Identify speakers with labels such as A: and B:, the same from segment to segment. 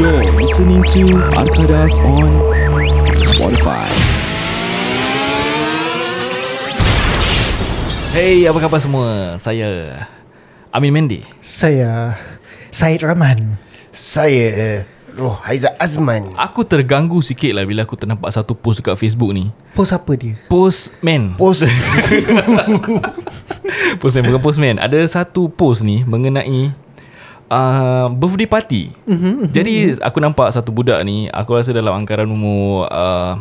A: You're listening to Arkadas on Spotify.
B: Hey, apa khabar semua? Saya Amin Mendy.
C: Saya Syed Rahman
D: Saya uh, Roh Haizat Azman
B: Aku terganggu sikit lah bila aku ternampak satu post dekat Facebook ni.
C: Post apa dia?
B: Post man.
D: Post
B: Postman bukan postman. Ada satu post ni mengenai uh, birthday party.
C: Mhm,
B: Jadi aku nampak satu budak ni, aku rasa dalam angkaran umur uh,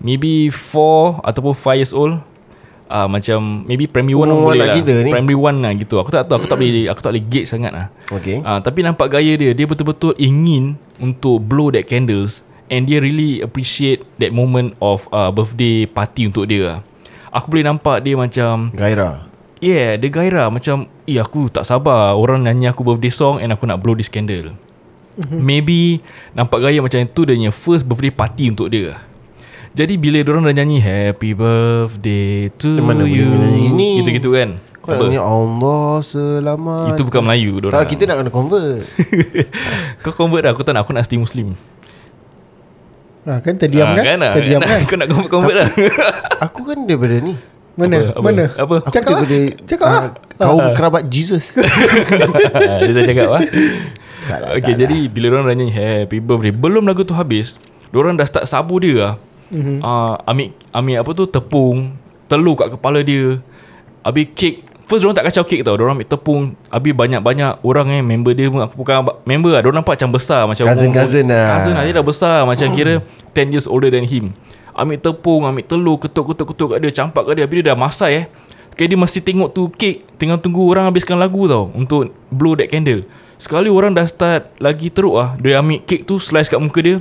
B: maybe 4 ataupun 5 years old. Uh, macam maybe primary 1
D: Umur
B: boleh
D: anak
B: lah.
D: kita ni.
B: Primary 1 lah gitu. Aku tak tahu, aku tak boleh aku tak boleh gauge sangat lah.
D: Okay
B: Ah, tapi nampak gaya dia Dia betul-betul ingin Untuk blow that candles And dia really appreciate That moment of uh, Birthday party untuk dia Aku boleh nampak dia macam
D: Gairah
B: Yeah dia gairah Macam Eh aku tak sabar Orang nyanyi aku birthday song And aku nak blow this candle
D: Mhm.
B: Maybe Nampak gaya macam itu Dia punya first birthday party untuk dia Jadi bila orang dah nyanyi Happy birthday to
D: Dia mana boleh
B: you
D: nyanyi ni?
B: Gitu-gitu kan
D: Kau nak
B: Apa?
D: tanya Allah selamat
B: Itu bukan Melayu
D: Tak
B: dorang.
D: kita nak kena convert
B: Kau convert lah Aku tak nak Aku nak stay Muslim
C: Ha, kan terdiam
B: Ah,
C: kan?
B: lah.
C: Terdiam kan?
B: Kau nak convert-convert lah
D: Aku kan daripada ni
B: Apa?
C: Mana?
B: Apa?
C: Mana?
B: Apa?
D: Aku
C: Cakap lah.
D: daripada
C: Cakap
D: ah,
C: lah.
D: Kaum kerabat Jesus
B: Dia dah cakap lah
D: Tak lah,
B: Okay
D: tak
B: jadi Bila orang dah nyanyi Happy birthday Belum lagu tu habis Diorang dah start sabu dia lah mm-hmm.
D: Mhm.
B: uh, ambil, ambil apa tu Tepung Telur kat kepala dia Habis kek First diorang tak kacau kek tau Diorang ambil tepung Habis banyak-banyak Orang eh Member dia pun Aku bukan ab- member lah Diorang nampak macam besar macam umur-
D: Cousin-cousin lah.
B: Cousin lah Dia dah besar Macam
D: Hmm.
B: kira 10 years older than him Ambil tepung Ambil telur Ketuk-ketuk-ketuk kat dia Campak kat dia Habis dia dah masai eh Okay dia mesti tengok tu kek Tengah tunggu orang habiskan lagu tau Untuk blow that candle Sekali orang dah start Lagi teruk lah Dia ambil kek tu Slice kat muka dia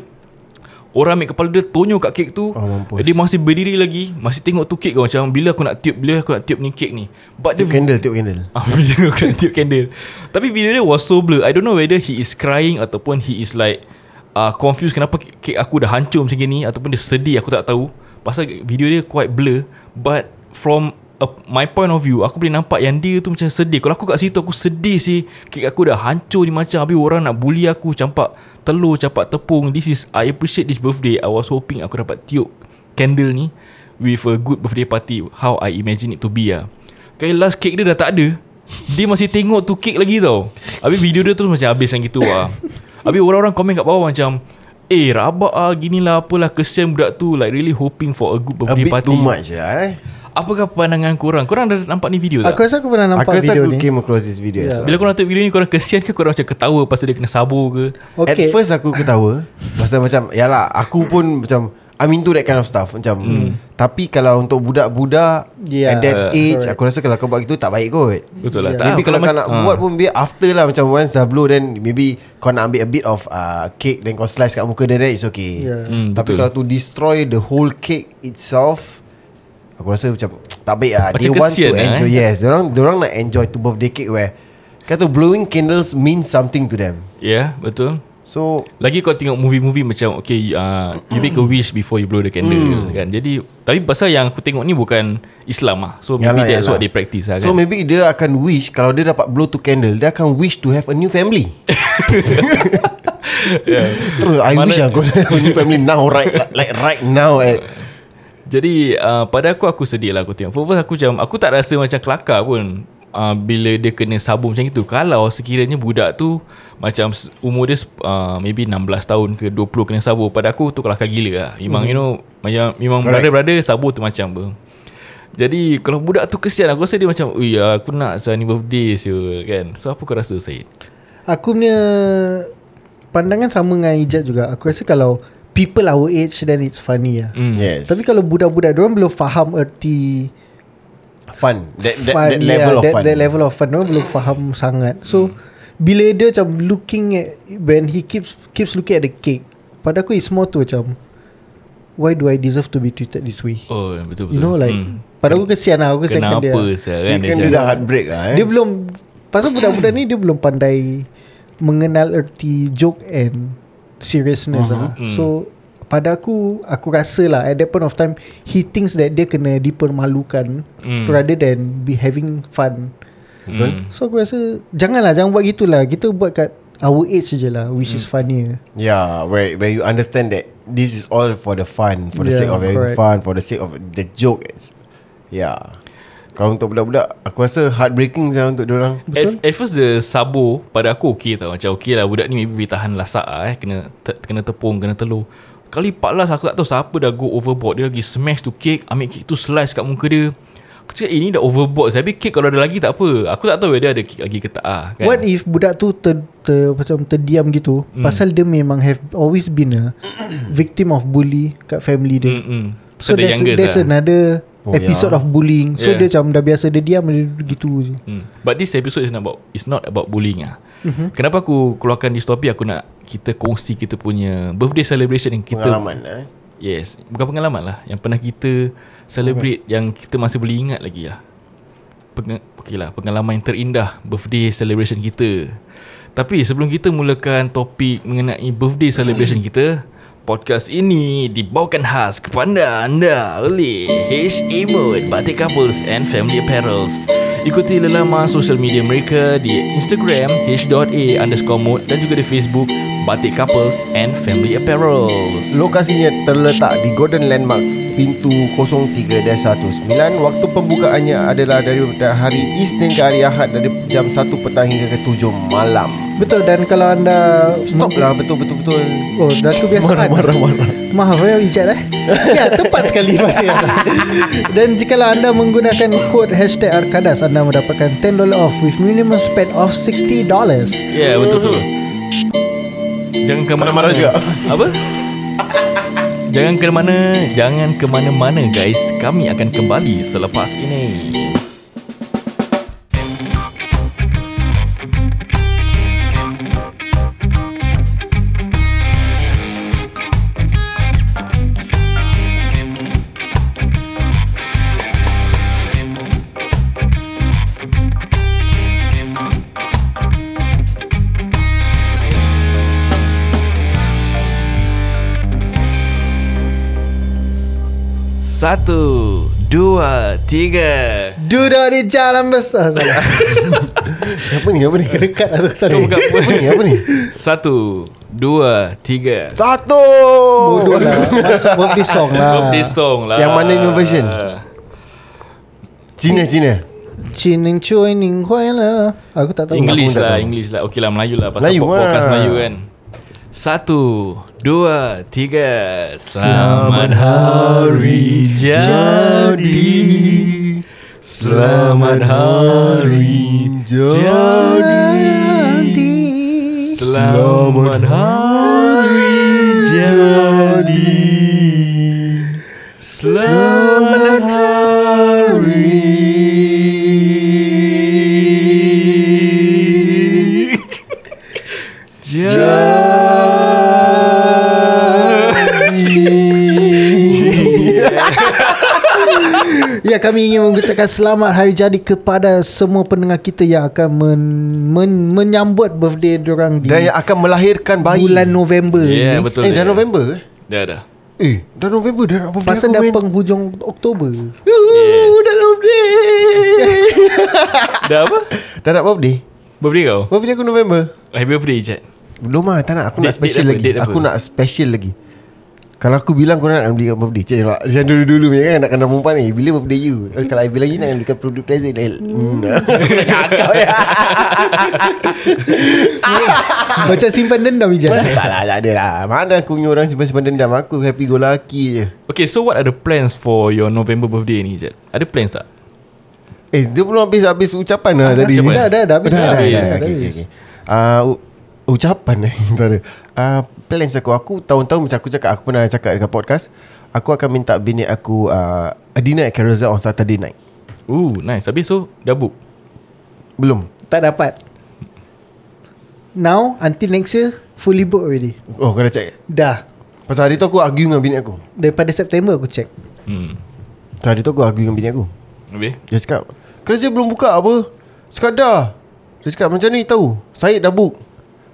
B: Orang ambil kepala dia Tonyok kat kek tu
D: Oh, mampus.
B: Dia masih berdiri lagi Masih tengok tu kek kau Macam bila aku nak tiup Bila aku nak tiup ni kek ni But
D: Tiup
B: dia
D: candle Tiup candle
B: Ah, Bila aku nak tiup candle Tapi video dia was so blur I don't know whether he is crying Ataupun he is like uh, Confused kenapa ke- kek aku dah hancur macam ni Ataupun dia sedih aku tak tahu Pasal video dia quite blur But from a, my point of view Aku boleh nampak yang dia tu macam sedih Kalau aku kat situ aku sedih sih Kek aku dah hancur ni macam Habis orang nak bully aku Campak telur, campak tepung This is I appreciate this birthday I was hoping aku dapat tiup candle ni With a good birthday party How I imagine it to be ah Kali last cake dia dah tak ada Dia masih tengok tu cake lagi tau Habis video dia terus macam habis yang gitu lah Habis orang-orang komen kat bawah macam Eh rabak ah gini lah apalah kesian budak tu Like really hoping for a good
D: A
B: birthday
D: bit
B: party
D: too much lah eh
B: Apakah pandangan korang? Korang dah nampak ni video tak?
C: Ah, Aku rasa aku pernah
D: Aku
C: nampak
D: rasa
C: video
D: aku
C: ni Ya.
D: came across this video as well.
B: Bila korang tengok video ni korang kesian ke korang macam ketawa pasal dia kena sabu ke?
C: Okay.
D: At first aku ketawa Pasal macam Yalah aku pun macam I'm into that kind of stuff Macam
B: Hmm.
D: Tapi kalau untuk budak-budak
C: Yeah,
D: At that
B: uh,
D: age
C: Ya, correct.
D: Aku rasa kalau kau buat gitu Tak baik kot
B: Betul lah.
C: Yeah.
B: Tak,
D: Ya, Maybe kalau kau
B: mac-
D: nak
B: ah.
D: buat pun Maybe after lah Macam once dah blow Then maybe Kau nak ambil a bit of uh, Cake Then kau slice kat muka Then that is okay
C: Yeah.
B: Hmm,
D: Tapi
B: betul.
D: kalau to destroy The whole cake itself Aku rasa macam Tak baik lah
B: Macam
D: They want to
B: kesian lah,
D: enjoy
B: eh.
D: Yes Diorang, diorang nak enjoy To birthday cake where Kata blowing candles Means something to them
B: Yeah, Ya, betul.
D: So
B: Lagi kau tengok movie-movie macam Okay uh, You make a wish Before you blow the candle
D: Hmm.
B: kan? Jadi Tapi pasal yang aku tengok ni Bukan Islam lah So maybe
D: Yalah,
B: that's
D: yalah.
B: what they practice lah kan
D: So maybe dia akan wish Kalau dia dapat blow to candle Dia akan wish to have a new family Terus I
B: Mana-
D: wish aku have a new family now right Like right now eh.
B: Jadi uh, pada aku aku sedih lah aku tengok First, first aku macam Aku tak rasa macam kelakar pun uh, Bila dia kena sabu macam itu Kalau sekiranya budak tu Macam s- umur dia uh, Maybe 16 tahun ke 20 kena sabu Pada aku tu kelakar gila lah Memang
C: Mhm.
B: you know macam, Memang
D: Correct.
B: berada-berada sabu tu macam apa jadi kalau budak tu kesian Aku rasa dia macam Ui aku nak saya ni birthday siul kan So apa kau rasa Syed?
C: Aku punya Pandangan sama dengan Ijat juga Aku rasa kalau People our age Then it's funny lah
B: Mm.
D: Yes
C: Tapi kalau budak-budak Diorang belum faham erti
D: Fun That, that,
C: fun,
D: that level
C: yeah,
D: of
C: that,
D: fun
C: That level of fun Orang belum faham sangat So Bila dia macam looking at When he keeps Keeps looking at the cake Pada aku it's more to macam Why do I deserve to be treated this way
B: Oh betul-betul
C: You know like
B: Mm.
C: Pada aku kesian lah Aku kesiankan dia
B: Kenapa sial kan
D: Kan
B: dia
D: dia,
B: macam-
D: dah heartbreak lah eh.
C: Dia belum Pasal budak-budak ni Dia belum pandai Mengenal erti joke and Seriousness uh-huh. lah
B: Mm.
C: So Pada aku Aku rasa lah At that point of time He thinks that Dia kena dipermalukan
B: Mm.
C: Rather than Be having fun
D: Betul
B: Mm.
D: Hmm.
C: So aku rasa Janganlah Jangan buat gitulah Kita buat kat our age je lah which mm. is funnier.
D: Yeah, where where you understand that this is all for the fun, for the
C: Yeah,
D: sake of having
C: correct.
D: fun, for the sake of the joke. It's, yeah. Kalau untuk budak-budak, aku rasa heartbreaking saya untuk diorang.
B: At, at first the sabo pada aku okey tau. Macam okey lah budak ni maybe boleh tahan lasak lah eh. Kena, te, kena tepung, kena telur. Kali 14 aku tak tahu siapa dah go overboard. Dia lagi smash tu cake, ambil cake tu slice kat muka dia. Aku cakap eh ni dah overboard. Habis cake kalau ada lagi tak apa. Aku tak tahu dia ada cake lagi ke tak lah. Kan? Hmm.
C: Kan? What if budak tu ter, ter, macam terdiam gitu mm. pasal dia memang have always been a victim of bully kat family dia. Mm.
B: Mm-mm. Hmm,
C: So, so
B: the
C: there's,
B: youngest
C: there's
B: lah.
C: another
D: Oh,
C: oh, episode
D: yeah.
C: yeah. of bullying. So
B: Yeah.
C: yeah. dia macam dah biasa dia diam dia gitu je.
B: Hmm. But this episode is not about it's not about bullying ah. Mm-hmm. Kenapa aku keluarkan distopi aku nak kita kongsi kita punya birthday celebration yang kita
D: Pengalaman eh.
B: Yes, bukan pengalaman lah yang pernah kita celebrate okay. yang kita masih boleh ingat lagi lah. Peng- okay lah, pengalaman yang terindah birthday celebration kita. Tapi sebelum kita mulakan topik mengenai birthday celebration kita, podcast ini dibawakan khas kepada anda oleh H Mode Batik Couples and Family Apparels. Ikuti lelama sosial media mereka di Instagram h.a underscore mode dan juga di Facebook Batik Couples and Family Apparels.
D: Lokasinya terletak di Golden Landmarks Pintu 03-19 Waktu pembukaannya adalah dari hari Isnin ke hari Ahad Dari jam 1 petang hingga ke 7 malam
C: Betul dan kalau anda
D: Stop lah betul-betul-betul
C: Oh dah
D: kan?
C: kebiasaan
D: Marah-marah
C: Maaf ya Ijat eh Ya tepat sekali masih Dan jikalau anda menggunakan kod hashtag Arkadas Anda mendapatkan $10 off with minimum spend of $60
B: Ya yeah, betul tu Jangan ke
D: Kena
B: mana
D: marah juga.
B: Apa? jangan ke mana Jangan ke mana-mana guys Kami akan kembali selepas ini Satu Dua Tiga
C: Duduk di jalan besar salah.
D: Apa ni apa ni
C: Dekat lah tu tadi
B: Bukan apa
D: Eh, Apa ni apa ni
B: Satu Dua Tiga
D: Satu
C: Bodoh lah Masuk birthday song lah
B: Birthday song lah
D: Ah, Yang mana punya version? Cina Cina
C: Cinin cuy ning kuai lah Aku tak tahu
B: English
D: tak
B: lah
D: tahu.
B: English lah Okey lah Melayu lah Pasal
D: Melayu
B: Melayu, podcast
D: lah.
B: Melayu kan Satu Dua Tiga Selamat Hari Jadi Selamat Hari
C: Jadi
B: Selamat Hari Jadi Selamat Hari
C: Ya kami ingin mengucapkan selamat hari jadi kepada semua pendengar kita yang akan men, men, menyambut birthday diorang di
D: Dan yang akan melahirkan bayi
C: bulan November
B: Ya yeah,
C: ini.
B: betul
D: Eh dah November eh?
B: Dah dah
D: Eh dah November dah nak birthday
C: Pasal
D: aku,
C: dah
D: man.
C: penghujung Oktober.
D: Yes. Dah nak birthday
B: Dah apa?
D: Dah nak birthday
B: Birthday kau?
D: Birthday aku November
B: Happy birthday Ijat
D: Belum lah tak nak Aku nak
B: Date- date
D: special
B: apa?
D: lagi
B: Date apa?
D: Aku nak special lagi Kalau aku bilang kau nak belikan birthday Cik nampak Macam dulu-dulu punya kan Nak kena perempuan ni Bila birthday you Eh, Kalau I bilang you nak belikan produk present eh, hmm. Cakap ya
C: Macam simpan dendam je.
D: Tak lah tak ada lah Mana aku punya orang simpan-simpan dendam Aku happy go lucky je
B: Okay so what are the plans For your November birthday ni Ijat? Ada plans tak?
D: Eh dia belum habis habis ucapan lah
B: Ah,
D: tadi.
B: ucapan.
C: Dah, dah, dah habis.
D: Dah,
C: Dah
D: dah,
B: habis.
D: dah,
C: Dah
D: okay, okay,
C: habis.
D: okay. Ah, u- ucapan eh antara. Ah, plans aku aku tahun-tahun macam aku cakap aku pernah cakap dekat podcast, aku akan minta bini aku ah, a dinner at Carousel on Saturday night.
B: Ooh nice Habis so dah book
D: Belum.
C: Tak dapat. Now until next year fully booked already.
D: Oh, kena check.
C: Dah.
D: Pasal hari tu aku argue dengan bini aku.
C: Daripada September aku check.
B: Hmm
D: Pasal hari tu aku argue dengan bini aku.
B: Habis?
D: Dia cakap, "Kerja belum buka apa?" Sekadar. Dia cakap macam ni tahu. Syed dah book.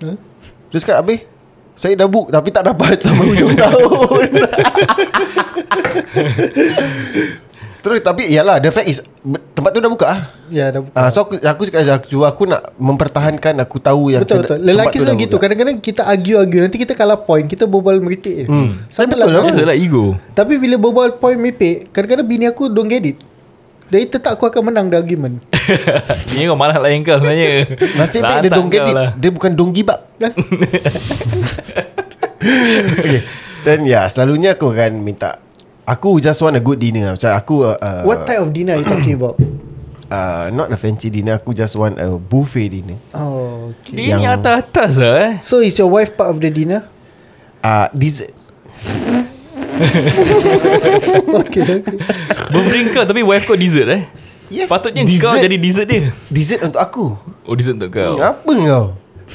C: Huh?
D: Dia cakap habis Saya dah book Tapi tak dapat Sampai hujung tahun Terus tapi Yalah the fact is Tempat tu dah buka ah.
C: Ya dah buka
D: Ah, so aku aku cakap aku, aku nak mempertahankan aku tahu yang
C: Betul
D: kena-
C: betul
D: tempat
C: Lelaki
D: tu dah
C: selalu gitu kan.
D: buka.
C: Kadang-kadang kita argue-argue Nanti kita kalah point Kita berbual meritik je hmm. Sama
D: Betul
C: lah
D: lah.
B: Biasalah ego
C: Tapi bila berbual point mepek Kadang-kadang bini aku don't get it Dia tetap aku akan menang the argument
B: Ini kau malah lain kau sebenarnya
D: Nasib baik dia
B: Lantak
D: don't get
B: kau
D: it.
B: lah.
D: Dia bukan don't give up.
C: Dah.
D: okay. Dan ya, selalunya aku akan minta Aku just want a good dinner Macam aku uh,
C: What type of dinner you talking about?
D: uh, Not a fancy dinner Aku just want a buffet dinner
C: Oh okay
B: Dia ni
D: Yang-
B: atas-atas lah eh
C: So is your wife part of the dinner?
D: uh, Dessert
C: okay, okay.
B: Berbrink kau tapi wife kau dessert eh
D: Yes,
B: Patutnya
D: dessert.
B: kau jadi dessert dia
D: Dessert untuk aku
B: Oh dessert untuk kau
D: oh. Apa kau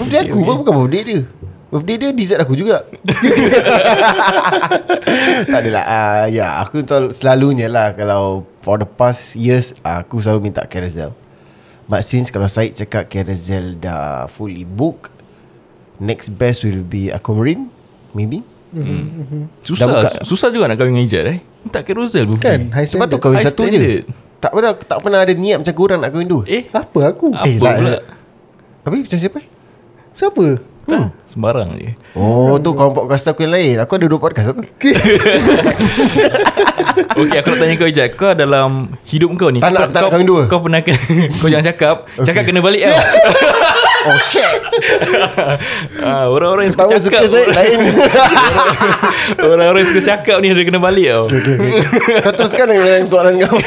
D: Birthday aku pun bukan birthday dia Birthday dia dessert aku juga Tak adalah uh, Ya aku tol- selalunya lah Kalau for the past years Aku selalu minta carousel But since kalau Syed cakap carousel dah fully book Next best will be Aquamarine Maybe Dah
B: Susah
D: buka.
B: Susah juga nak kahwin dengan Ijat eh Minta carousel buffet
C: Kan high
D: Sebab
C: standard.
D: tu kahwin
B: High
D: satu
B: standard.
D: je Tak pernah tak pernah ada niat macam korang nak kahwin dua
B: Eh
C: Apa aku?
B: Apa
D: Eh, tak-
B: pula
D: Habis macam siapa?
C: Siapa?
B: Tak,
D: Hmm.
B: Kan? Sembarang je
D: Oh tu kawan podcast aku yang lain Aku ada dua podcast aku
B: Okay aku nak tanya kau Ijat Kau dalam hidup kau ni
D: Tak
B: kau,
D: nak, tak nak
B: kau,
D: kahwin dua.
B: Kau pernah Kau jangan cakap Cakap kena balik lah
D: Oh shit
B: Ah, Orang-orang yang
D: Sebab
B: suka
D: orang suka
B: cakap
D: saya lain
B: Orang-orang yang suka cakap ni Dia kena balik tau
D: Kau teruskan dengan soalan kau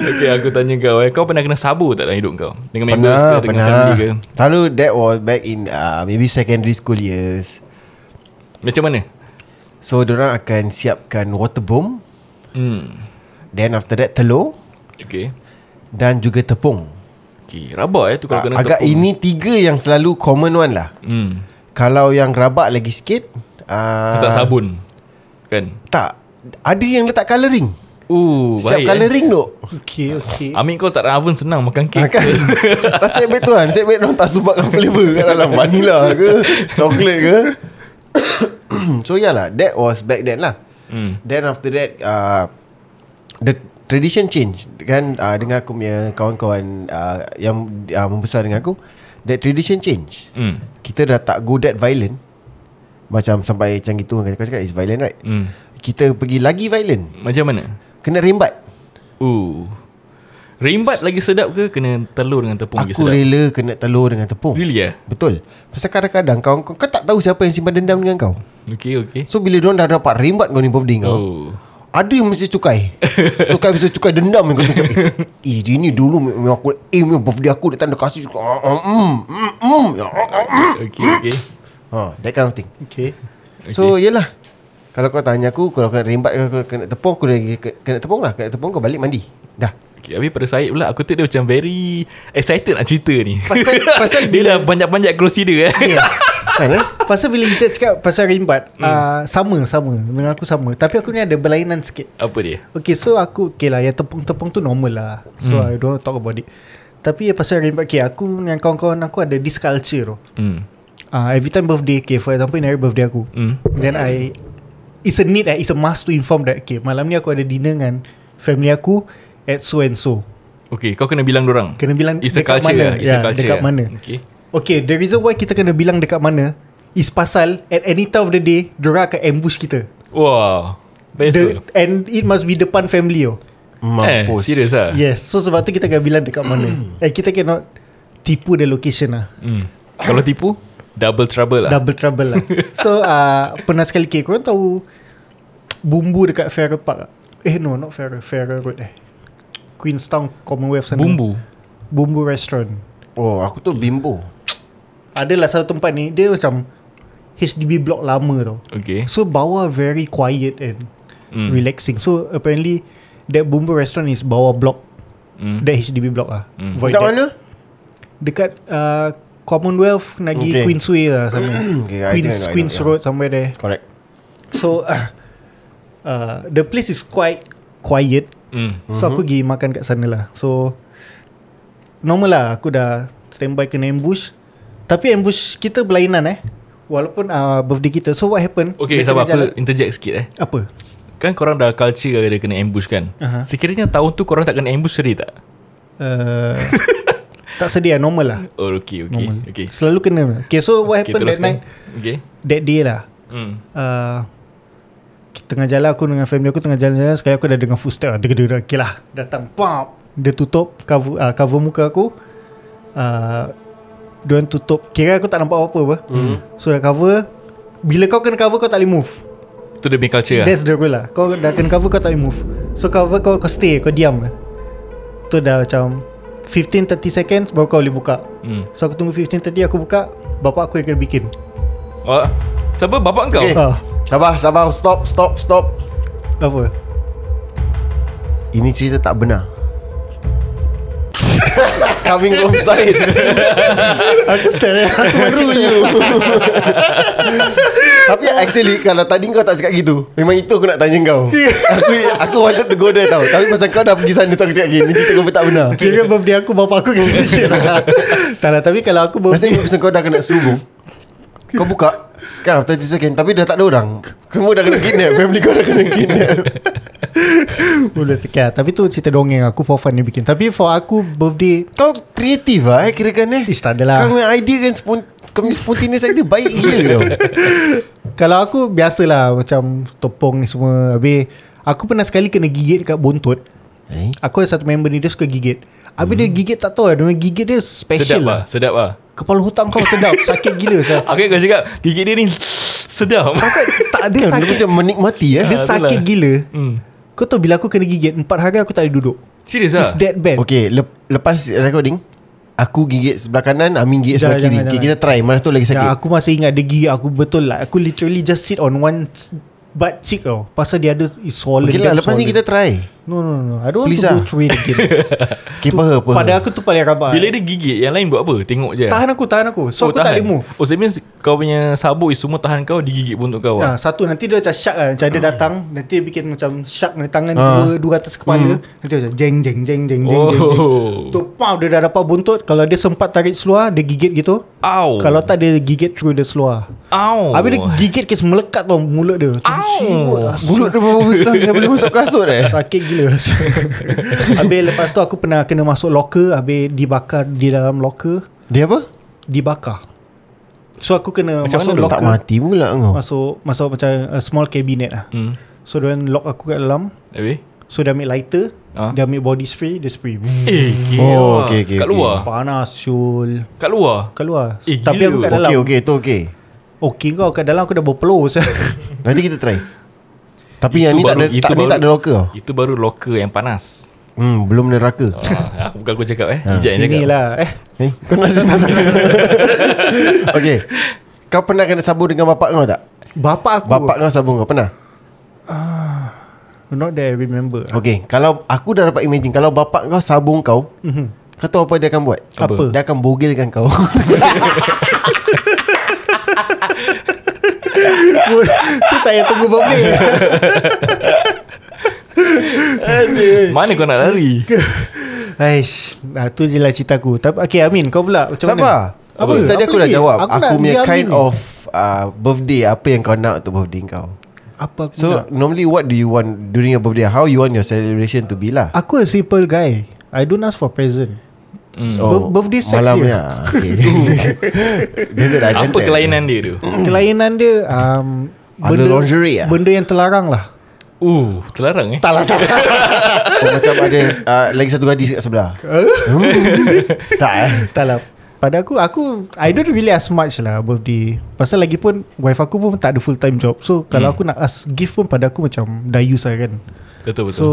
B: Okay aku tanya kau eh Kau pernah kena sabu tak dalam hidup kau? Dengan members ke Dengan family ke
D: Lalu that was back in uh, Maybe secondary school years
B: Macam mana?
D: So orang akan siapkan water bomb
B: Hmm
D: Then after that telur
B: Okay
D: Dan juga tepung
B: Okay rabak eh tu kalau
C: Ah,
B: kena
D: Agak
B: tepung.
D: ini tiga yang selalu common one lah
B: Hmm
D: Kalau yang rabak lagi sikit
C: Ah.
D: uh,
B: Letak sabun Kan
D: Tak Ada yang letak colouring
B: Uh baik
D: Siap
B: eh.
D: colouring duk
C: Okay, okay.
B: Amin kau tak oven senang makan kek
D: Kan Nasib baik tu kan Nasib baik orang tak sumbangkan flavor kat dalam Vanilla ke Coklat ke So yeah lah That was back then lah
B: Hmm.
D: Then after that uh, The tradition change Kan uh, Dengan aku punya Kawan-kawan uh, Yang uh, membesar dengan aku That tradition change
B: Hmm
D: Kita dah tak go that violent Macam sampai macam gitu Kau cakap it's violent right
B: Hmm
D: Kita pergi lagi violent
B: Macam mana?
D: Kena rembat
B: Uh Rimbat lagi sedap ke Kena telur dengan tepung lagi
D: Aku
B: sedap?
D: rela kena telur dengan tepung
B: Really eh?
D: Betul Pasal kadang-kadang kau, kau Kau tak tahu siapa yang simpan dendam dengan kau
B: Okay okay
D: So bila diorang dah dapat rembat kau ni birthday
C: Ya.
D: kau oh.
B: Oh
D: Ada yang mesti cukai Cukai bisa cukai dendam yang kau tunjuk Eh, eh dia ni dulu memang aku Eh memang birthday aku Dia tak ada kasih cukai Ah, ah, mm, mm, mm, ah, ah, ah.
B: Okay okay
D: Ha, That kind of thing
C: Okay.
D: So yelah Kalau kau tanya aku Kalau kau rembat kau kena tepung Aku lagi ke- kena tepung lah Kena tepung kau balik mandi Dah
B: Okay, habis pada Syed pula Aku tu dia macam very Excited nak cerita ni
C: Pasal- pasal
B: Dia dah panjat-panjat kerusi dia eh
C: Yes.
D: Kan eh
C: Pasal bila Ijaz cakap pasal rimbat mm. uh, Sama sama Dengan aku sama Tapi aku ni ada berlainan sikit
B: Apa dia?
C: Okay so aku Okay lah yang tepung-tepung tu normal lah So mm. I don't talk about it Tapi yang pasal rimbat Okay aku dengan kawan-kawan aku ada this culture tu
B: Hmm
C: uh, Every time birthday Okay for example in hari birthday aku
B: Hmm
C: Then I It's a need eh, It's a must to inform that Okay malam ni aku ada dinner dengan Family aku At so and so
B: Okay kau kena bilang orang.
C: Kena bilang
B: It's a culture lah.
C: mana
B: It's a
C: Ya,
B: culture
C: Dekat
B: lah.
C: mana
B: Okay
C: Okay the reason why kita kena bilang dekat mana Is pasal At any time of the day Diorang akan ambush kita
B: Wow Best the,
C: the, And it must be depan family oh.
B: Eh
D: Mampus
B: serius lah
C: Yes So sebab tu kita akan bilang dekat mana And kita cannot Tipu the location lah
B: hmm. Kalau tipu Double trouble lah
C: Double trouble lah So uh, Pernah sekali okay, Korang tahu Bumbu dekat Farrer Park tak? Eh no not Farrer Farrer Road eh Queenstown Commonwealth sana
B: Bumbu
C: Bumbu Restaurant
D: Oh aku tu bimbo
C: Adalah satu tempat ni Dia macam HDB block lama tau
B: Okay
C: So bawah very quiet and
B: Mm.
C: relaxing. So apparently that Bumbu restaurant is bawah block.
B: Mm.
C: That HDB block ah.
B: Mm.
C: Void
D: Kat
C: that.
D: mana?
C: Dekat uh, Commonwealth lagi okay.
D: Okay.
C: Queensway lah sama.
D: Okay,
C: Queens
D: I think I know, I know,
C: Queens
D: yeah.
C: Road somewhere there.
D: Correct
C: So uh, uh, the place is quite quiet.
B: Hmm.
C: So aku pergi makan kat sana lah. So normal lah aku dah standby kena ambush. Tapi ambush kita berlainan eh. Walaupun uh, birthday kita. So what happened?
B: Okay
C: Dia
B: sabar
C: kena
B: Aku interject sikit eh
C: jalan- Apa?
B: Kan korang dah culture Dia kena ambush kan
C: Aha.
B: uh-huh. Sekiranya tahun tu Korang tak kena ambush Sedih tak?
C: Uh, tak sedih lah normal lah
B: Oh okay okay,
C: normal.
B: okay.
C: Selalu kena Okay so what
B: okay,
C: happened that
B: teruskan.
C: night
B: Okay
C: That day lah
B: hmm.
C: uh, Tengah jalan aku dengan family aku Tengah jalan-jalan Sekali aku dah dengar footstep Dega-dega Okay lah Datang Pop Dia tutup cover, uh, cover muka aku uh, Diorang tutup Kira aku tak nampak apa-apa apa. Mm. So dah cover Bila kau kena cover Kau tak boleh move
B: Tu dia punya culture
C: yeah.
B: lah
C: That's the rule lah Kau dah kena cover Kau tak boleh move So cover kau Kau stay Kau diam Tu dah macam 15-30 seconds Baru kau boleh buka
B: hmm.
C: So aku tunggu 15-30 Aku buka Bapak aku yang kena bikin
B: oh, Siapa bapak kau?
D: Okay.
B: Okay.
C: Ah,
D: Sabar, sabar. Stop, stop, stop.
C: Apa
D: Ini cerita tak benar. Coming from side.
C: Aku stay Aku
D: Baru you. Tapi actually kalau tadi kau tak cakap gitu, memang itu aku nak tanya kau. aku aku wanted to go there tau. Tapi pasal kau dah pergi sana so aku cakap gini, ni cerita kau tak benar.
C: Kira birthday aku Bapak aku kena fikir lah Tak lah Tapi kalau aku birthday
D: Masa ni pasal kau dah kena selubung. Kau buka Kan after 30 second Tapi dah tak ada orang Semua dah kena kidnap Family kau dah kena kidnap
C: Boleh tekan Tapi tu cerita dongeng Aku for fun ni bikin Tapi for aku birthday
D: Kau kreatif lah eh Kirakan eh
C: Is tak ada lah
D: Kau punya idea kan spont- Kau punya spontaneous idea Baik gila tau
C: Kalau aku biasalah Macam topong ni semua Habis Aku pernah sekali kena gigit dekat buntut
D: Eh
C: Aku ada satu member ni Dia suka gigit Habis dia gigit tak tahu lah Dia punya gigit dia
B: Hmm. Sedap
C: special
B: lah
C: lah
B: Sedap lah
C: Kepala hutang kau sedap Sakit gila sah.
B: Okay kau cakap Gigit dia ni Sedap
C: Tak ada
D: Dia
C: sakit
D: macam menikmati eh
C: Dia
B: Ah, itulah.
C: sakit gila
B: hmm.
C: Kau tahu bila aku kena gigit Empat hari aku tak boleh duduk
B: Serius lah
C: It's that bad
D: Okay lep- Lepas recording Aku gigit sebelah kanan Amin gigit sebelah
C: Jangan,
D: kiri
C: jangan,
D: Okay,
C: jangan.
D: Kita try Mana tu lagi
C: Ya,
D: sakit
C: aku masih ingat dia gigit aku betul lah. Aku literally just sit on one s- butt cheek tau. Pasal dia ada is swollen.
D: Okay lah
C: damn
D: Lepas ni
C: swollen.
D: kita try
C: No no no. I don't want
D: Please
C: to go
D: lah.
C: through it again.
D: Okay apa apa
C: Pada aku tu paling rabat.
B: Bila dia gigit Yang lain buat apa? Tengok je
C: tahan aku tahan aku. So oh, aku tak boleh move.
B: Oh that means Kau punya sabuk is Semua tahan kau Digigit pun untuk kau lah
C: Ha, satu nanti dia macam shark lah Macam dia datang Nanti dia bikin macam shark dengan tangan
D: Ah.
C: dua, dua atas kepala Nanti dia macam jeng jeng jeng jeng jeng jeng jeng
B: Oh.
C: Tu pam dia dah dapat buntut Kalau dia sempat tarik seluar Dia gigit gitu
D: Oh.
B: Ow
C: Kalau tak dia gigit through the seluar
B: Ow
C: Habis dia gigit kes melekat tau mulut dia Tu
B: Ow.
C: siut lah,
D: Mulut dia berapa besar Dia boleh masuk kasut eh
C: Sakit gila Habis lepas tu aku pernah kena masuk locker Habis dibakar di dalam locker
D: Dia apa?
C: Dibakar So aku kena
B: Macam
C: masuk
B: mana?
D: Tak
C: locker
D: mati pula kau
C: Masuk masuk macam uh, small cabinet lah
B: hmm.
C: So diorang lock aku kat dalam
B: Habis
C: So dia ambil lighter
B: Ah.
C: Dia ambil body spray Dia spray Vuh,
B: Eh gila
D: Oh, okay, okay,
B: Kat
D: okay.
B: luar
C: Panas syul
B: Kat luar
C: Keluar
B: Eh,
C: Tapi
B: gila.
C: aku kat dalam
D: Okay okay tu okay
C: okay kau kat dalam aku dah berpeluh
D: Nanti kita try Tapi yang ni tak ada tak, ni tak ada locker tau.
B: Itu baru locker yang panas
D: Hmm belum neraka
B: ah, Bukan aku cakap eh Ijat yang
C: Sini
B: cakap
C: lah Eh
D: Eh kau nak Okay Kau pernah kena sabun dengan bapak kau tak?
C: Bapak aku
D: Bapak kau sabun kau pernah?
C: Not that I remember
D: Okay Kalau aku dah dapat imagine Kalau bapak kau sabung kau
C: Mhm.
D: mm-hmm. Kau tahu apa dia akan buat?
B: Apa?
D: Dia akan bogilkan kau
C: Tu tak payah tunggu birthday
B: Mana kau nak lari
C: Aish, nah, tu je lah cerita aku. Tapi okay Amin, kau pula macam mana?
D: Sabar Apa? Tadi aku dah
C: lagi?
D: jawab Aku,
C: nak
D: punya
C: diam
D: kind
C: ni.
D: of uh, Birthday Apa yang kau nak untuk birthday kau
C: apa aku so,
D: So
C: nak?
D: normally what do you want During your birthday How you want your celebration to be lah
C: Aku a simple guy. I don't ask for present. Mm.
D: Oh,
C: birthday sex ya.
D: Malamnya okay. Dia tak ada
B: Apa
D: agenda.
B: kelainan dia tu
C: Kelainan dia um,
D: Hmm. Ada lingerie ah?
C: Benda yang terlarang lah.
B: Uh Terlarang eh
C: Tak lah, tak lah.
D: oh, Macam ada uh, Lagi satu gadis kat sebelah Hmm. Tak eh
C: tak lah. Pada aku, aku I don't really ask much lah birthday. Pasal lagi pun wife aku pun tak ada full time job. So kalau
D: Hmm.
C: aku nak ask gift pun pada aku macam dah use lah kan.
B: Betul
C: So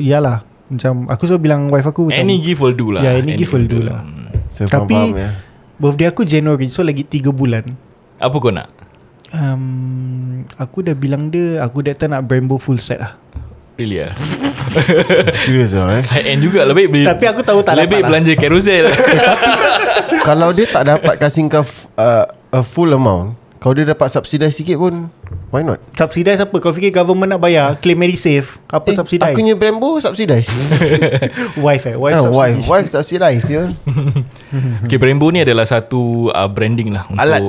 B: betul
C: yalah. Macam aku selalu bilang wife aku macam
B: Any give will do lah
C: Ya, any give will do lah.
B: Hmm.
D: So
C: Tapi-
D: faham-faham ya
C: Birthday aku January So lagi 3 bulan
B: Apa kau nak
C: um, Aku dah bilang dia Aku that time nak Brembo full set lah
B: Really lah
D: Serius lah eh
B: High end juga Lebih beli
C: Tapi aku tahu tak
B: Lebih
C: dapat lah.
B: belanja carousel
D: Kalau dia tak dapat kasih kau f- uh, a full amount Kalau dia dapat subsidize sikit pun Why not?
C: Subsidize apa Kau fikir government nak bayar Claim MediSave Apa eh, subsidize
D: Eh. Aku punya Brembo subsidize
C: Wife eh Wife
D: Ah,
C: subsidize
D: Wife Wife subsidize ya.
B: Okay Brembo ni adalah satu uh, branding lah untuk
D: Alat.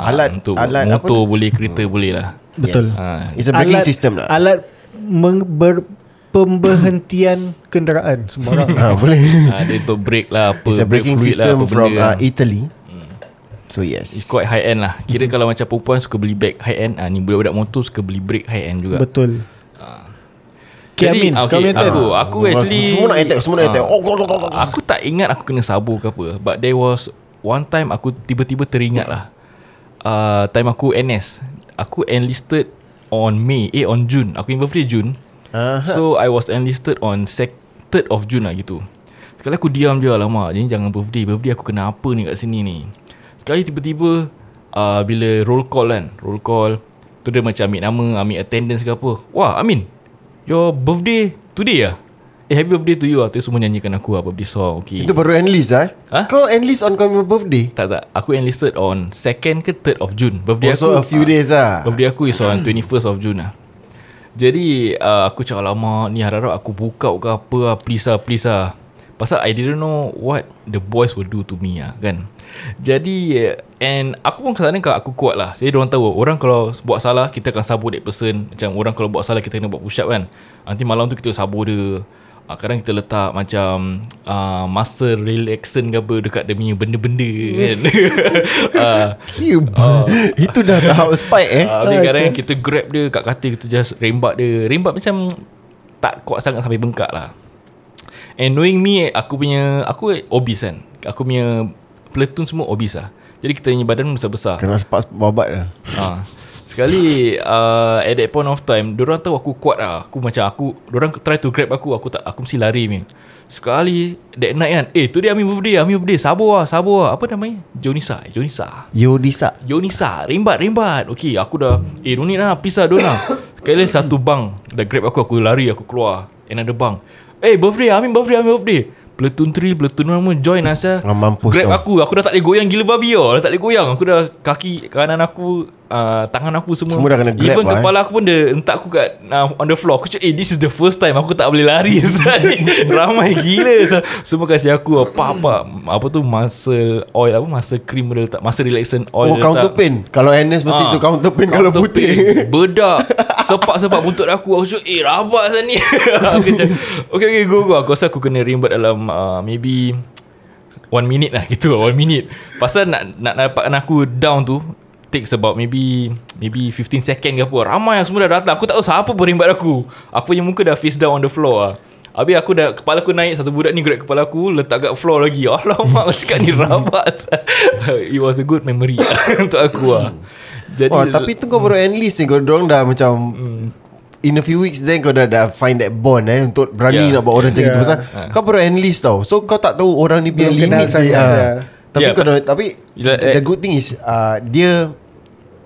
B: ah,
D: Alat.
B: untuk
D: Alat apa Hmm.
B: motor boleh kereta boleh lah
C: Betul
D: Ah, It's a branding system lah
C: Alat meng- ber- pemberhentian kenderaan semua orang.
D: Ah, boleh.
B: Ah, dia untuk break lah apa
D: It's a
B: break
D: braking
B: fluid lah
D: system
B: apa
D: from
B: benda
D: uh,
B: kan.
D: Italy. So yes.
B: It's quite high end lah
D: Hmm.
B: Kira kalau macam perempuan Suka beli bag high end ah, Ni budak-budak motor Suka beli brake high end juga
C: Betul. Okay,
B: Ah. Jadi,
C: Amin,
B: ah,
C: kau punya turn.
B: Aku, aku actually
D: semua nak attack, semua nak attack. Oh, oh, oh, oh.
B: Aku tak ingat aku kena sabur ke apa But there was One time aku tiba-tiba teringat lah uh, Time aku NS Aku enlisted on May Eh on June Aku in birthday June
D: Aha.
B: So I was enlisted on sec- 3rd of June lah gitu Sekali aku diam je Alamak Jadi jangan birthday Birthday aku kena apa ni kat sini ni Sekali tiba-tiba uh, Bila roll call kan Roll call Tu dia macam ambil nama Ambil attendance ke apa Wah Amin Your birthday today lah Eh happy birthday to you lah Tu semua nyanyikan aku lah Birthday song okay.
D: Itu baru enlist eh?
B: Ha?
D: Kau enlist on kau punya birthday?
B: Tak tak Aku enlisted on 2nd ke 3rd of June Birthday aku
D: Also a few
B: ah,
D: days lah.
B: Birthday aku is on 21st of June lah Jadi uh, Aku cakap lama Ni harap-harap aku buka ke apa lah Please lah please lah Pasal I didn't know What the boys will do to me lah Kan Jadi eh, And Aku pun kesana kalau aku kuat lah Jadi orang tahu Orang kalau buat salah Kita akan sabur that person Macam orang kalau buat salah Kita kena buat push up kan Nanti malam tu kita sabur dia Uh, kadang kita letak macam uh, Muscle relaxant ke apa Dekat dia punya benda-benda kan uh,
D: Cube. Itu dah tahap spike eh.
B: Uh, habis kadang kita grab dia kat katil kita just rembat dia. Rembat macam tak kuat sangat sampai bengkak lah. And knowing me eh, aku punya aku obese kan. Aku punya platoon semua obese lah. Jadi kita punya badan besar-besar.
D: Kena sepak sepak babat lah.
B: Ha. Sekali uh, at that point of time, diorang tahu aku kuat lah. Aku macam aku, diorang try to grab aku, aku tak aku mesti lari ni. Sekali that night kan, eh tu dia Amin birthday, Amin birthday, sabar lah, sabar lah. Apa namanya? Jonisa, eh, Jonisa.
D: Yodisa.
B: Yonisa Rembat rembat Okay aku dah Eh don't need lah Please lah don't lah Sekali lain satu bang Dah grab aku Aku lari aku keluar Another bang Eh birthday Amin birthday Amin birthday Platoon 3 Platoon 1 semua Join lah saya
D: Ah, mampus
B: Grab
D: kau.
B: aku Aku dah tak boleh goyang Gila babi tau Dah tak boleh goyang Aku dah kaki kanan aku uh, Tangan aku semua
D: Semua dah kena grab
B: Even
D: lah, eh.
B: kepala aku pun dia Hentak aku kat uh, On the floor Aku cakap Eh this is the first time Aku tak boleh lari Ustaz ni Ramai gila Ustaz. Semua kasih aku Apa-apa Apa tu Muscle oil Apa muscle cream Dia letak Muscle relaxant oil
D: Oh,
B: dia
D: counter
B: letak.
D: pain. Kalau NS mesti
B: Ah.
D: tu counter pain kalau
B: Counter
D: putih.
B: pain, Bedak Sepak-sepak buntut aku Aku cakap Eh rabak sana ni Aku cakap Okay okay go go Aku rasa aku kena rimbat dalam uh, Maybe One minute lah gitu One minute Pasal nak nak dapatkan aku down tu Takes about maybe Maybe 15 second ke apa Ramai yang semua dah datang Aku tak tahu siapa pun rimbat aku Aku punya muka dah face down on the floor lah Habis aku dah Kepala aku naik Satu budak ni grab kepala aku Letak kat floor lagi Alamak Aku cakap ni rabat It was a good memory Untuk aku lah Jadi
D: Wah, Oh, tapi tu kau baru enlist ni Kau dorang dah macam In a few weeks then Kau dah, dah find that bond eh Untuk berani
B: Hmm. Yeah.
D: nak buat orang macam
C: Yeah.
D: itu Pasal kau baru enlist tau So kau tak tahu orang ni punya
C: Belum
D: limit
C: kenal
D: sih
C: sangat, yeah.
D: ha. Tapi
B: Yeah,
D: kau
B: pas-
D: dah, Tapi
B: Yelah,
D: The
B: eh.
D: good thing is uh, Dia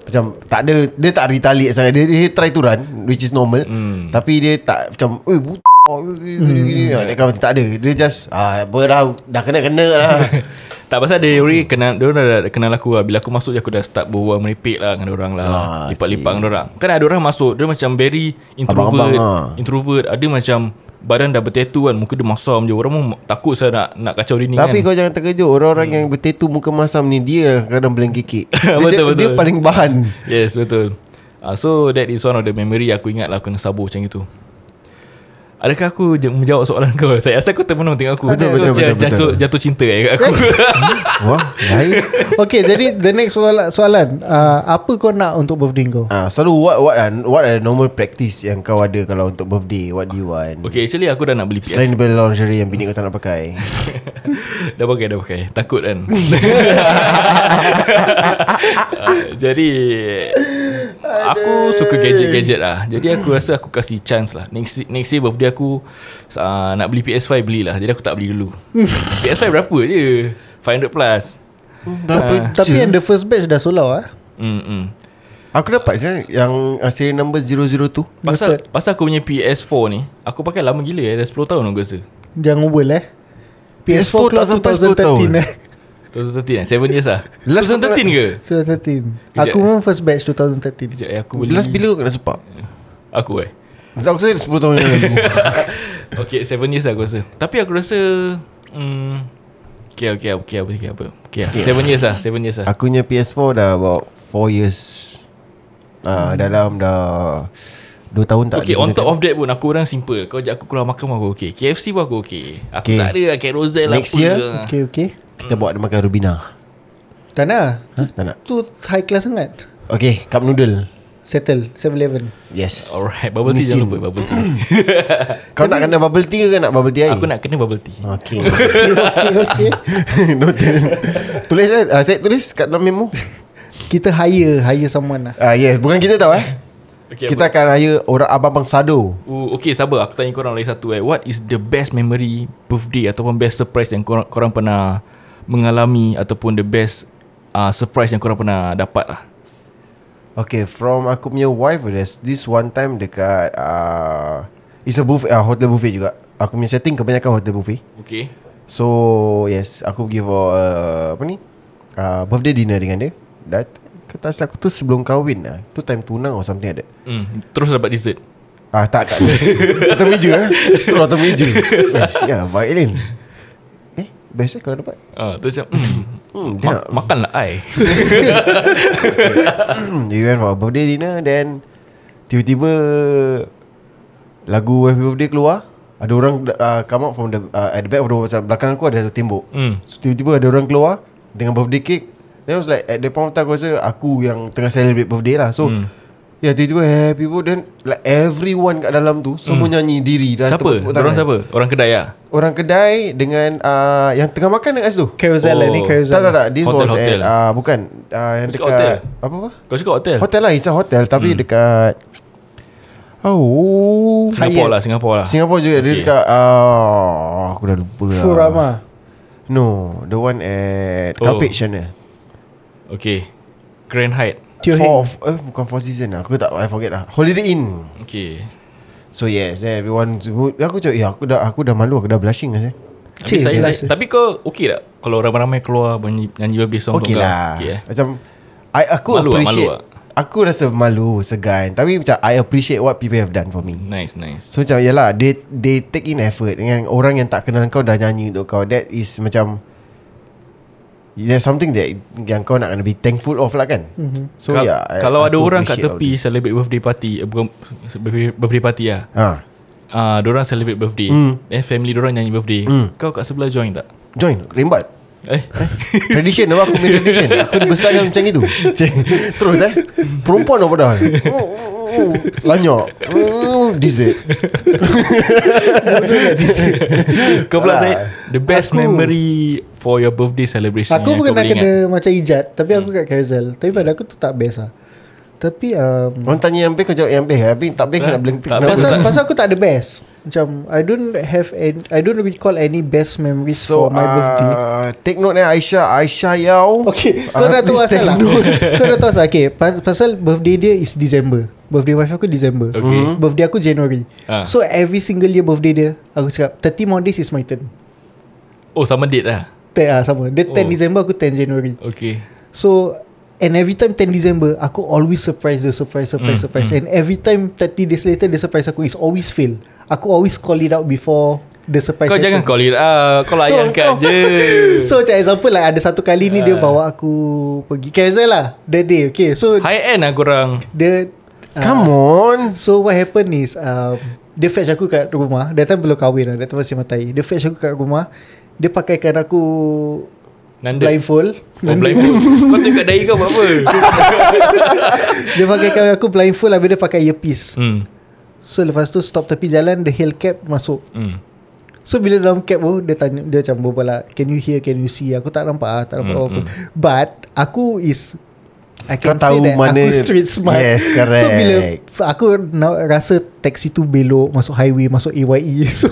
D: Macam Tak ada Dia tak retaliate sangat Dia, dia try to run Which is normal
B: Hmm.
D: Tapi dia tak macam Eh but Oh, gini, gini, gini. Ah, Dia kan tak ada Dia just ah, apa dah, dah kena-kena lah
B: Tak pasal dia orang kenal dia orang dah kenal aku lah. Bila aku masuk je aku dah start berbual merepek lah dengan dia orang lah.
D: Ah,
B: Lipat-lipat dengan dia orang. Kan ada orang masuk dia macam very introvert,
D: Abang-abang lah.
B: introvert. Ada macam badan dah bertatu kan, muka dia masam je. Orang pun takut saya nak nak kacau dia ni
D: Tapi
B: kan.
D: kau jangan terkejut Orang-orang yang bertatu muka masam ni Dia kadang beleng kikik dia,
B: Betul,
D: dia, dia
B: betul.
D: paling bahan
B: Yes, betul. Ah, so that is one of the memory aku ingat lah aku kena sabur macam itu. Adakah aku je- menjawab soalan kau? Saya rasa kau termenung tengok aku. Kau
D: Betul, betul,
B: macam
D: betul, betul.
B: jatuh, jatuh cinta eh kat aku.
D: Wah, lain.
C: Okay, jadi the next soalan, soalan uh, apa kau nak untuk birthday kau?
D: Ah, selalu what what are, what are the normal practice yang kau ada kalau untuk birthday? What do you want?
B: okay, actually aku dah nak beli PS.
D: Selain beli lingerie yang bini kau tak nak pakai.
B: Dah pakai dah pakai Takut kan Ah, Jadi Aku suka gadget-gadget lah Jadi aku rasa aku kasih chance lah Next next year birthday aku uh, Nak beli PS5 belilah Jadi aku tak beli dulu PS5 berapa je 500 plus Ah,
C: Tapi, tapi yang the first batch dah sold out ah.
B: mm mm.
D: Aku dapat je yang uh, seri number 002.
B: Pasal pasal aku punya PS4 ni Aku pakai lama gila eh Dah 10 tahun aku rasa
C: Jangan world eh. PS4
D: PS4
C: keluar
D: sampai 10 tahun.
C: 2013 eh.
B: 2013 eh 7 years lah
D: Last aku
B: 2013 ke?
C: 2013.
B: Kejap.
C: Aku pun first batch 2013.
B: Sekejap eh aku beli
D: Last bila kau kena sepak?
B: Aku eh
D: Aku rasa 10 tahun yang lalu.
B: Okay 7 years lah aku rasa Tapi aku rasa mm, Okay okay okay apa okay, apa okay, okay. 7 years lah 7 years lah
D: Aku punya PS4 dah about 4 years. Ah, dalam dah Dua tahun
B: Hmm.
D: tak
B: Okay on
D: digunakan.
B: top of that pun Aku orang simple Kau ajak aku keluar makan pun Aku okay KFC pun aku okay Aku
D: Okay.
B: tak ada lah Carousel
D: Next
B: apa
D: year,
B: ke.
C: Okay okay
D: Kita bawa dia makan Rubina
C: Tak nak
D: ha? Tak nak
C: Tu high class sangat
D: Okay Cup noodle
C: Settle 7-Eleven
D: Yes
B: Alright Bubble tea
D: Mesin.
B: jangan lupa Bubble tea
D: Kau nak kena bubble tea ke nak bubble tea air?
B: Aku nak kena bubble tea
D: Okay
C: Okay okay okay
D: Noted Tulis eh uh, Saya tulis kat dalam memo
C: Kita hire Hire someone lah
D: Ah uh, Yes Bukan kita tahu eh
B: Okay,
D: Kita akan raya Orang abang-abang sado
B: Oh, okay sabar aku tanya korang lagi satu eh. What is the best memory birthday ataupun best surprise yang korang, korang pernah mengalami ataupun the best uh, surprise yang korang pernah dapat lah.
D: Okay From aku punya wife There's this one time Dekat uh, It's a buffet uh, Hotel buffet juga Aku punya setting Kebanyakan hotel buffet
B: Okay.
D: So yes Aku pergi for uh, Apa ni uh, Birthday dinner dengan dia Dat Kata asal aku tu sebelum kahwin lah Tu time tunang or something ada
B: Hmm, terus dapat dessert.
D: Ah tak tak Atas meja eh Tu atas meja Eh siap baik Lin Eh biasa kalau dapat
B: Ah, uh, terus macam hmm,
D: Hmm dia
B: ma-
D: nak-
B: makanlah ai.
D: We went for a kan birthday dinner Then Tiba-tiba Lagu Happy Birthday keluar Ada orang uh, Come out from the uh, At the back of the macam Belakang aku ada satu tembok
B: Hmm.
D: So tiba-tiba ada orang keluar Dengan birthday cake Then I was like At the point of time aku rasa Aku yang tengah celebrate birthday lah So
B: Hmm.
D: Ya yeah, tiba-tiba happy birthday Then like everyone kat dalam tu Semua hmm. nyanyi diri dan
B: Siapa?
D: tepuk-tepuk tangan.
B: Orang siapa? Orang kedai ah.
D: Orang kedai Dengan uh, Yang tengah makan dekat situ
C: Carousel lah
B: Oh.
C: ni
D: Tak
C: carousel
D: tak tak This
B: Hotel,
D: was
B: hotel.
D: at uh, Bukan uh, Yang
B: Cakap hotel.
D: dekat Apa-apa
B: Kau cakap hotel.
D: Hotel lah It's a hotel Tapi hmm. dekat Oh
B: Singapore lah, Singapore lah.
D: Singapore juga okay. Dia
B: Okay.
D: dekat uh, Aku dah lupa lah
C: Furama
D: No The one at
B: Oh.
D: oh. Carpage sana
B: okay. Grand Hyatt.
C: Teo
D: Four
C: Heng
D: eh, Bukan Four Season lah Aku tak I forget lah Holiday Inn
B: Okay.
D: So yes then Everyone Aku cakap Ya aku dah Aku dah malu Aku dah blushing lah saya
B: Tapi,
C: Cik,
B: saya,
C: belas.
B: tapi kau okay tak? Kalau ramai-ramai keluar nyanyi, nyanyi birthday song
D: Okay
B: untuk kau?
D: lah
B: Okay, eh?
D: Macam I, Aku
B: Malu ah,
D: appreciate
B: malu
D: Aku rasa malu Segan Tapi macam I appreciate what people have done for me
B: Nice, nice.
D: So macam yalah They, they take in effort Dengan orang yang tak kenal kau Dah nyanyi untuk kau That is macam There's something that Yang kau nak kena be thankful of lah kan mm-hmm. So
B: Kal-
D: yeah I-
B: Kalau
D: aku
B: ada orang kat
D: appreciate all
B: tepi
D: this.
B: Celebrate birthday party eh, Bukan se- birthday, birthday party lah
D: ha.
B: Ah, Diorang celebrate birthday
D: Hmm.
B: Then family diorang nyanyi birthday
D: Hmm.
B: Kau kat sebelah join tak?
D: Join Rembat
B: Eh?
D: Tradition apa aku punya tradition Aku besar dengan macam itu Macam- Terus eh Perempuan apa dah Oh, oh, oh. Lanyak oh, Dessert
B: Kau pula
D: Ah.
B: Zaid The best
C: Aku-
B: memory For your birthday celebration
C: Aku
B: yang
C: pun
B: kau
C: kena
B: boleh
C: kena
B: ingat?
C: macam ijat Tapi aku kat carousel Tapi pada aku tu tak best lah Tapi um,
D: Hmm. Orang tanya yang best Kau jawab yang best Tapi tak best kau nak blank
B: Tak
D: kenapa?
C: Pasal, pasal aku tak ada best Macam I don't have any, I don't recall any best memories so,
D: So
C: For my
D: uh,
C: birthday
D: Take note eh Aisyah Aisyah Uh, Yao
C: Okay Kau dah tahu asal lah Kau dah tahu asal Okay pas- Pasal birthday dia is December Birthday wife aku December
B: Okay. Mm-hmm.
C: Mhm. Birthday aku January
B: Ah.
C: So every single year birthday dia Aku cakap 30 more days is my turn
B: Oh sama date lah
C: Ten, ah, sama Dia 10
B: Oh.
C: December Aku 10 January
B: Okay
C: So And every time 10 December Aku always surprise dia Surprise surprise
B: Mm,
C: surprise And every time 30 days later Dia surprise aku It's always fail Aku always call it out Before The surprise
B: Kau jangan call it ah, Kau layankan
C: kau-
B: je Ah.
C: So macam example lah Ada satu kali ni Dia bawa aku Pergi carousel lah That day Okay so
B: High end lah korang
C: Dia ah,
D: Come on
C: So what happened is um, Dia fetch aku kat rumah That time belum kahwin lah That time masih matai Dia fetch aku kat rumah Dia pakaikan aku
B: Nanda
C: Blindfold
B: Oh blindfold Kau tengok dahi kau buat apa
C: Dia pakaikan aku blindfold Habis dia pakai earpiece
B: Hmm
C: So lepas tu stop tepi jalan The hail cab masuk
B: Hmm
C: So bila dalam cab tu Dia tanya Dia macam berbual lah Can you hear Can you see Aku tak nampak ah, Tak nampak
B: Mm,
C: apa-apa But Aku is I can
D: Kau tahu
C: say that
D: mana-
C: Aku street smart
D: Yes, correct.
C: So bila Aku na- rasa Taxi tu belok Masuk highway Masuk AYE So,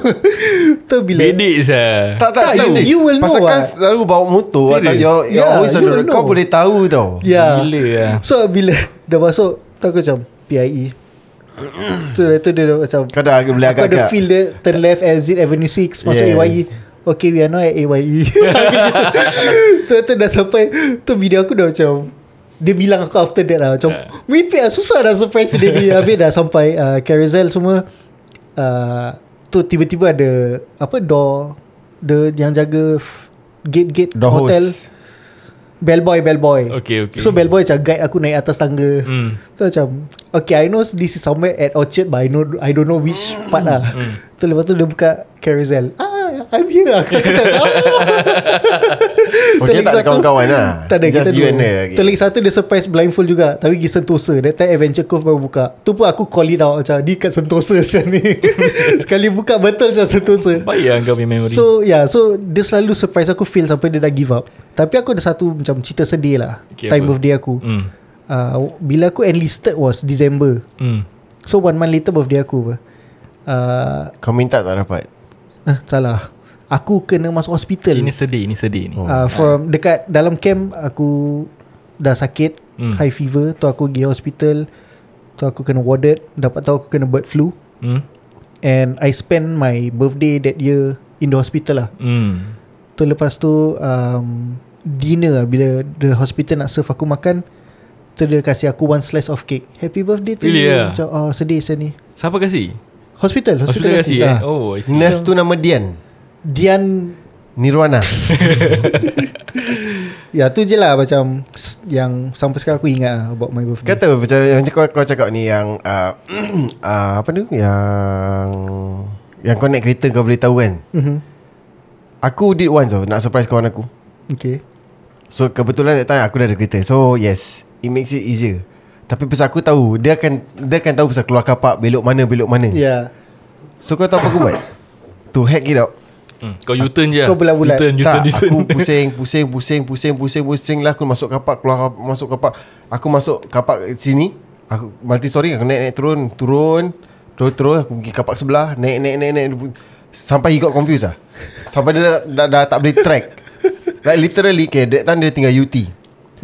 C: so bila
B: Bedek sah
D: tak, tak,
C: Tak,
D: tahu.
C: you- you will know
D: Pasal kau
C: what.
D: selalu bawa motor atau
B: Serious?
D: you're, you're
C: Yeah,
D: always on
C: you
D: the
C: will
D: road. Kau
C: know.
D: boleh tahu tau
C: Yeah.
B: Gila lah
C: Ya. So bila Dah masuk Tu aku macam PIE Tu so, tu dia dah macam
D: Kau dah agak- boleh
C: Aku ada
D: agak-agak.
C: feel dia Turn left exit Avenue 6 Masuk
D: Yes.
C: yes. AYE Okay we are now at AYE Tu tu dah sampai Tu video aku dah macam dia bilang aku after that lah Macam
B: Ah.
C: Mimpi lah Susah dah surprise dia ni Habis dah sampai uh, Carousel semua uh, Tu tiba-tiba ada Apa door The Yang jaga f- Gate-gate
D: Door host.
C: hotel Bellboy Bellboy
B: Okay, okay.
C: So bellboy macam guide aku naik atas tangga
B: Hmm.
C: So macam Okay I know this is somewhere at Orchard But I know I don't know which part lah
B: Hmm.
C: So lepas tu dia buka carousel Ah I'm here Aku tak step
D: Okay tak ada kawan-kawan lah
C: Tak ada
D: Just
C: kita
D: you
C: dua
D: and her okay.
C: Tu lagi satu dia surprise blindfold juga Tapi pergi Sentosa That time Adventure Cove baru buka Tu pun aku call it out Macam dia kat Sentosa sial ni Sekali buka betul macam Sentosa
B: Baik lah kau punya memory.
C: So yeah So dia selalu surprise aku Feel sampai dia dah give up Tapi aku ada satu Macam cerita sedih lah
B: Okay,
C: okay, Time
B: apa?
C: birthday aku mm.
B: Hmm.
C: uh, Bila aku enlisted was December
B: Hmm.
C: So one month later birthday aku apa uh,
D: Kau minta tak dapat
C: ah, Salah Aku kena masuk hospital
B: Ini sedih, ini sedih ni. Oh.
C: uh, From dekat Dalam camp Aku Dah sakit
B: Mm.
C: High fever Tu aku pergi hospital Tu aku kena warded Dapat tahu aku kena bird flu
B: Hmm.
C: And I spend my birthday that year In the hospital lah
B: Hmm.
C: Tu lepas tu um, Dinner lah Bila the hospital nak serve aku makan Tu dia kasih aku one slice of cake Happy birthday to
B: Really
C: you
B: ah?
C: Macam oh, sedih saya ni
B: Siapa kasih?
C: Hospital Hospital,
B: Hospital kasih eh?
C: ah.
B: Oh, I see.
D: Nurse tu nama Dian
C: Dian
D: Nirwana
C: Ya tu je lah macam s- Yang sampai sekarang aku ingat lah About my birthday
D: Kata macam Macam kau, kau cakap ni Yang uh, uh, Apa tu Yang Yang kau naik kereta Kau boleh tahu kan
C: mm-hmm.
D: Aku did once tau Nak surprise kawan aku
C: Okay
D: So kebetulan that time Aku dah ada kereta So yes It makes it easier Tapi pasal aku tahu Dia akan Dia akan tahu pasal keluar kapak Belok mana Belok mana yeah.
C: Ya
D: So kau tahu apa aku buat To hack it out
B: Hmm. Kau U-turn je.
C: Kau bulat-bulat.
B: U-turn, U-turn,
D: tak,
B: U-turn.
D: aku pusing, pusing, pusing, pusing, pusing, pusing lah. Aku masuk kapak, keluar kapak, masuk kapak. Aku masuk kapak sini. Aku multi story, aku naik, naik, turun, turun. Turun, turun. Aku pergi kapak sebelah. Naik, naik, naik, naik. Sampai he got confused lah. Sampai dia dah, dah, dah tak boleh track. Like literally, okay, that time dia tinggal UT.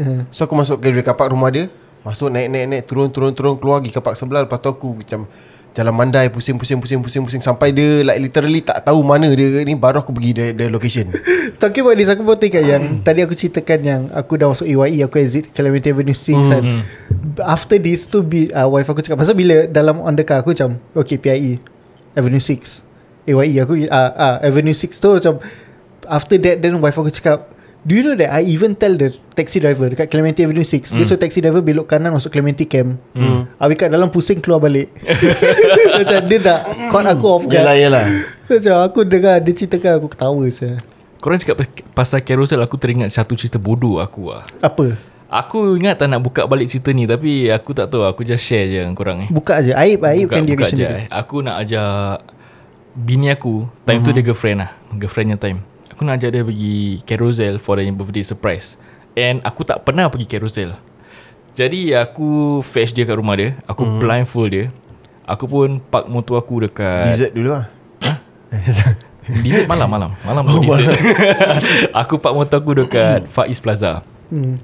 C: uh,
D: So aku masuk ke kapak rumah dia Masuk naik naik naik Turun turun turun Keluar pergi kapak sebelah Lepas tu aku macam Jalan mandai Pusing pusing pusing pusing pusing Sampai dia like literally Tak tahu mana dia ni Baru aku pergi the, the location
C: Talking about this Aku pun teringat yang Tadi aku ceritakan yang Aku dah masuk EYE Aku exit Calamity Avenue 6 kan After this tu bi, uh, Wife aku cakap Pasal bila dalam on the car Aku macam Okay PIE Avenue 6 EYE aku uh, uh, Avenue 6 tu macam After that Then wife aku cakap Do you know that I even tell the taxi driver dekat Clementi Avenue 6 mm. Dia suruh taxi driver belok kanan masuk Clementi Camp mm. Habis kat dalam pusing keluar balik Macam dia dah caught aku off
D: Yelah
C: guard
D: yelah
C: Macam aku dengar dia ceritakan aku ketawa saya.
B: Korang cakap pas- pasal carousel aku teringat satu cerita bodoh aku lah.
C: Apa?
B: Aku ingat tak nak buka balik cerita ni tapi aku tak tahu aku just share je dengan korang eh. ni.
C: Buka je Aib Aib
B: buka,
C: kan dia
B: buka
C: kat
B: je.
C: sendiri
B: eh. Aku nak ajak bini aku, time tu dia girlfriend lah, girlfriendnya time. Aku nak ajak dia pergi carousel for the birthday surprise. And aku tak pernah pergi carousel. Jadi aku fetch dia kat rumah dia, aku blindfold dia. Aku pun park motor aku dekat
D: Dessert dulu lah
B: Dessert malam malam Malam oh, dessert Aku park motor aku dekat Faiz Plaza
C: hmm.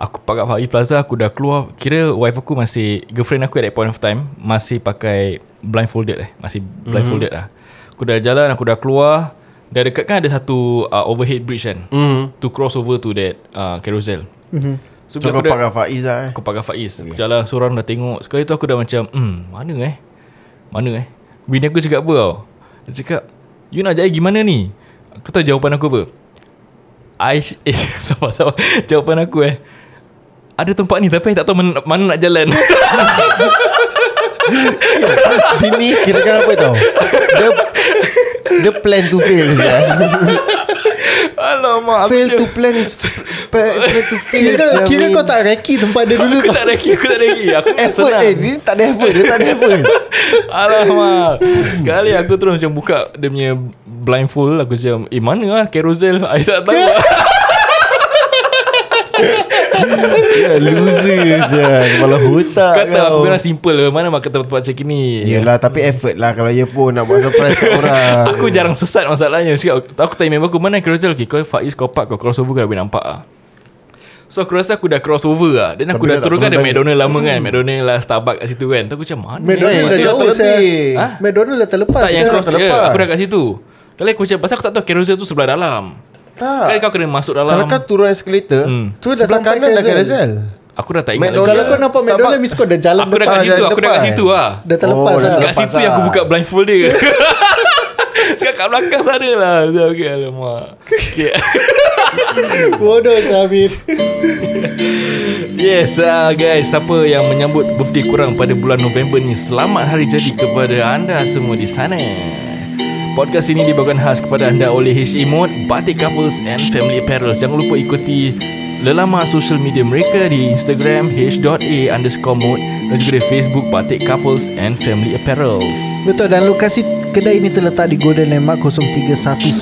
B: Aku park kat Faiz Plaza Aku dah keluar Kira wife aku masih Girlfriend aku at that point of time Masih pakai Blindfolded eh Masih blindfolded lah Aku dah jalan Aku dah keluar Dah dekat kan ada satu uh, Overhead bridge kan
D: mm.
B: To cross over to that uh, Carousel
C: Mhm.
B: So,
D: So
B: bila
D: kau
B: aku dah,
D: pakai Faiz lah eh
B: Aku pakai Faiz Aku jalan seorang dah tengok Sekali tu aku dah macam Hmm mana eh Mana eh Bini aku cakap apa tau Dia cakap You nak jahit gimana ni Aku tahu jawapan aku apa I sh- Eh sabar sabar Jawapan aku eh Ada tempat ni Tapi I tak tahu mana, mana nak jalan
D: Ini kira-kira apa tau Dia Dia plan to fail je
B: Alamak
D: Fail
B: aku
D: to plan is Plan plan to fail
C: Kira,
D: I
C: kira
D: mean.
C: kau tak reki tempat dia dulu
B: Aku tak reki Aku tak reki Aku
D: Effort
B: senang.
D: eh Dia tak ada effort Dia tak ada effort
B: Alamak Sekali aku terus macam buka Dia punya blindfold Aku macam Eh mana lah carousel I tak tahu lah
D: yeah, Ya, Loser je Kepala hutak
B: Kata aku kena simple lah. Mana mak kata tempat macam ni
D: Yelah tapi effort lah Kalau dia pun nak buat surprise kat orang
B: Aku jarang sesat masalahnya Cakap, Aku tanya member aku Mana carousel okay, Kau Faiz kau park Kau crossover kau dah boleh nampak lah So aku rasa aku dah crossover lah Dan aku dah
D: Tapi kau tak Hmm.
B: turun kan
D: turun
B: Ada
D: balik.
B: McDonald lama kan McDonald lah Starbucks kat situ kan Tu aku macam mana
C: McDonald
D: Eh,
C: dah
D: dia
C: jauh
D: tak
C: saya
D: lebih.
B: Ha?
C: McDonald dah terlepas
B: Tak yang
C: saya.
B: cross
D: terlepas.
B: ya, Aku dah kat situ Kali aku macam Pasal aku tak tahu carousel tu sebelah dalam
D: Tak
B: Kali kau kena masuk
D: Ha. Kalau
B: dalam
D: kau turun eskelator
B: Hmm.
D: Tu dah
C: Sebelah
D: sampai
C: kanan
D: kanan
C: dah
D: dah carousel
B: Aku dah tak ingat
D: McDonald
C: Kalau
B: lagi lah.
C: kau nampak McDonald Miss kau dah jalan
B: Aku dah
C: depan
B: kat situ Aku dah kat
D: depan.
B: situ lah
C: Dah terlepas
D: Oh, dah
C: lah
B: Kat
D: Lepas
B: situ
D: lah.
B: yang aku buka blindfold dia Cakap kat belakang sana lah Macam, Okay alamak okay.
C: Bodoh Samir
B: Yes uh, guys Siapa yang menyambut birthday kurang pada bulan November ni Selamat hari jadi kepada anda semua di sana Podcast ini dibawakan khas kepada anda oleh HE Mode, Batik Couples and Family Apparel. Jangan lupa ikuti lelama social media mereka di Instagram h.a underscore mode dan juga di Facebook Batik Couples and Family Apparel.
C: Betul dan lokasi kedai ini terletak di Golden Landmark 0319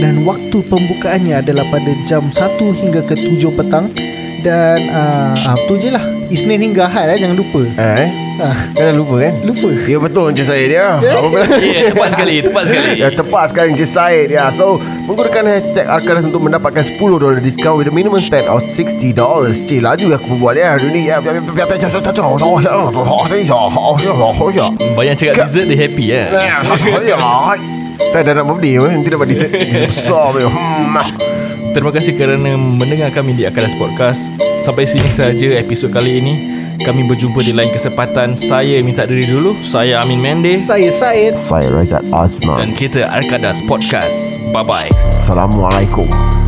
C: dan waktu pembukaannya adalah pada jam 1 hingga ke 7 petang dan ah uh, tu je lah Isnin hingga Ahad eh, jangan lupa.
D: ha, eh?
C: Ah,
D: Kau dah lupa kan?
C: lupa.
D: Ya betul je saya dia. Apa pula?
B: Yeah, Eh, tepat sekali, tepat sekali.
D: Ya tepat sekarang je Syed ya. So menggunakan hashtag Arkadas untuk mendapatkan 10 dolar diskaun with a minimum spend of 60 dollars. Cik laju aku berbual ya hari ni. Ya.
B: Banyak cakap dessert dia happy ya. Eh?
D: Tak ada nak birthday pun Nanti dapat dessert dessert Besar punya hmm.
B: Terima kasih kerana mendengar kami di Akadas Podcast. Sampai sini sahaja episod kali ini. Kami berjumpa di lain kesempatan. Saya minta diri dulu. Saya Amin Mende
C: Saya Syed
D: Saya Razat Azman
B: dan kita Arkadas Podcast. Bye bye.
D: Assalamualaikum